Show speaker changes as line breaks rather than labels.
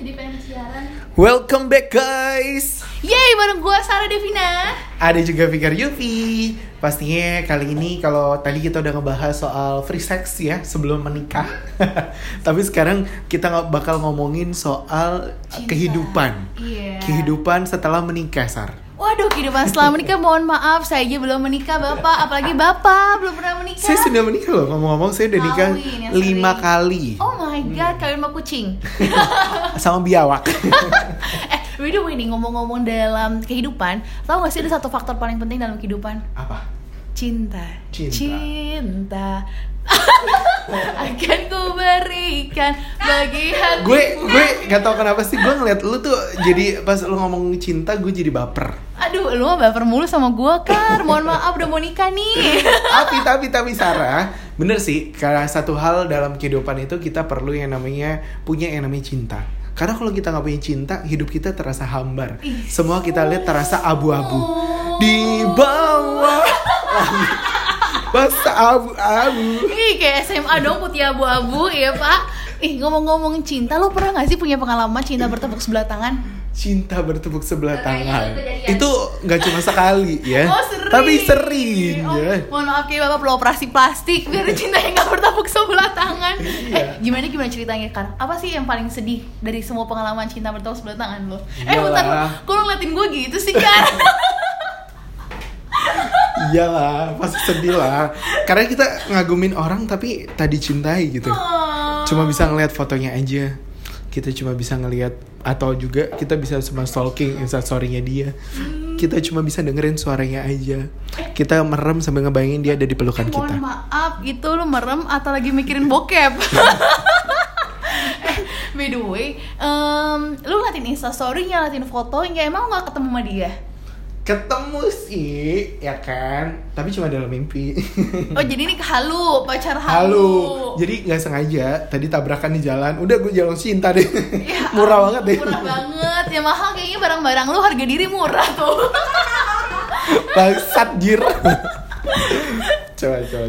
jadi pengen siaran
Welcome back guys.
Yeay, bareng gue Sarah Devina
Ada juga Fikar Yufi. Pastinya kali ini kalau tadi kita udah ngebahas soal free sex ya sebelum menikah. Tapi sekarang kita nggak bakal ngomongin soal
Cinta.
kehidupan.
Iya
Kehidupan setelah menikah, Sar.
Waduh, kehidupan setelah menikah mohon maaf Saya aja belum menikah, Bapak Apalagi Bapak belum pernah menikah
Saya sudah menikah loh. Ngomong-ngomong saya udah nikah
Kawin yang
lima
sering.
kali
Oh my
Hmm.
god, kawin sama kucing
sama biawak.
Eh, by the way nih, ngomong-ngomong dalam kehidupan Tau gak sih ada satu faktor paling penting dalam kehidupan?
Apa?
Cinta
Cinta.
Cinta. Akan ku berikan bagi hati
Gue gue nggak tahu kenapa sih gue ngeliat lu tuh jadi pas lu ngomong cinta gue jadi baper.
Aduh, lu mah baper mulu sama gua Kar Mohon maaf, udah mau nikah nih
tapi tapi tapi Sarah bener sih karena satu hal dalam kehidupan itu kita perlu yang namanya punya yang namanya cinta karena kalau kita nggak punya cinta hidup kita terasa hambar
Ih.
semua kita lihat terasa
Oh.
abu-abu di bawah langit. basah abu-abu
Ih, kayak SMA dong putih abu-abu ya pak Ih, ngomong-ngomong cinta, lo pernah gak sih punya pengalaman cinta bertepuk sebelah tangan?
cinta bertepuk sebelah
Kayaknya
tangan
itu kejadian.
itu nggak cuma sekali ya
Oh, sering
tapi sering
Oh,
ya.
Mohon maaf ya bapak, perlu operasi plastik Biar cintanya gak bertepuk sebelah tangan Eh,
Iya.
gimana-gimana ceritanya Kar? Apa sih yang paling sedih dari semua pengalaman cinta bertepuk sebelah tangan lo? Eh,
Iyalah.
bentar, lo- kok lo ngeliatin gue gitu sih Kar?
iyalah Iya pasti sedih lah karena kita ngagumin orang tapi tadi cintai gitu cuma bisa ngelihat fotonya aja kita cuma bisa ngelihat atau juga kita bisa cuma stalking instastorynya dia kita cuma bisa dengerin suaranya aja kita merem sambil ngebayangin dia ada di pelukan
Ya Mohon
Kan kita
maaf, itu lu merem atau lagi mikirin bokep? Eh, By the way, em, lu ngeliatin instastory-nya, ngeliatin fotonya, emang lu gak ketemu sama dia?
ketemu sih ya kan tapi cuma dalam mimpi
Oh jadi ini halu, pacar
halo
halu
jadi nggak sengaja tadi tabrakan di jalan udah gue jalan cinta deh murah banget deh
Ya Iya. Murah banget, ya mahal kayaknya barang-barang lu harga diri murah tuh
bangsat jir coba coba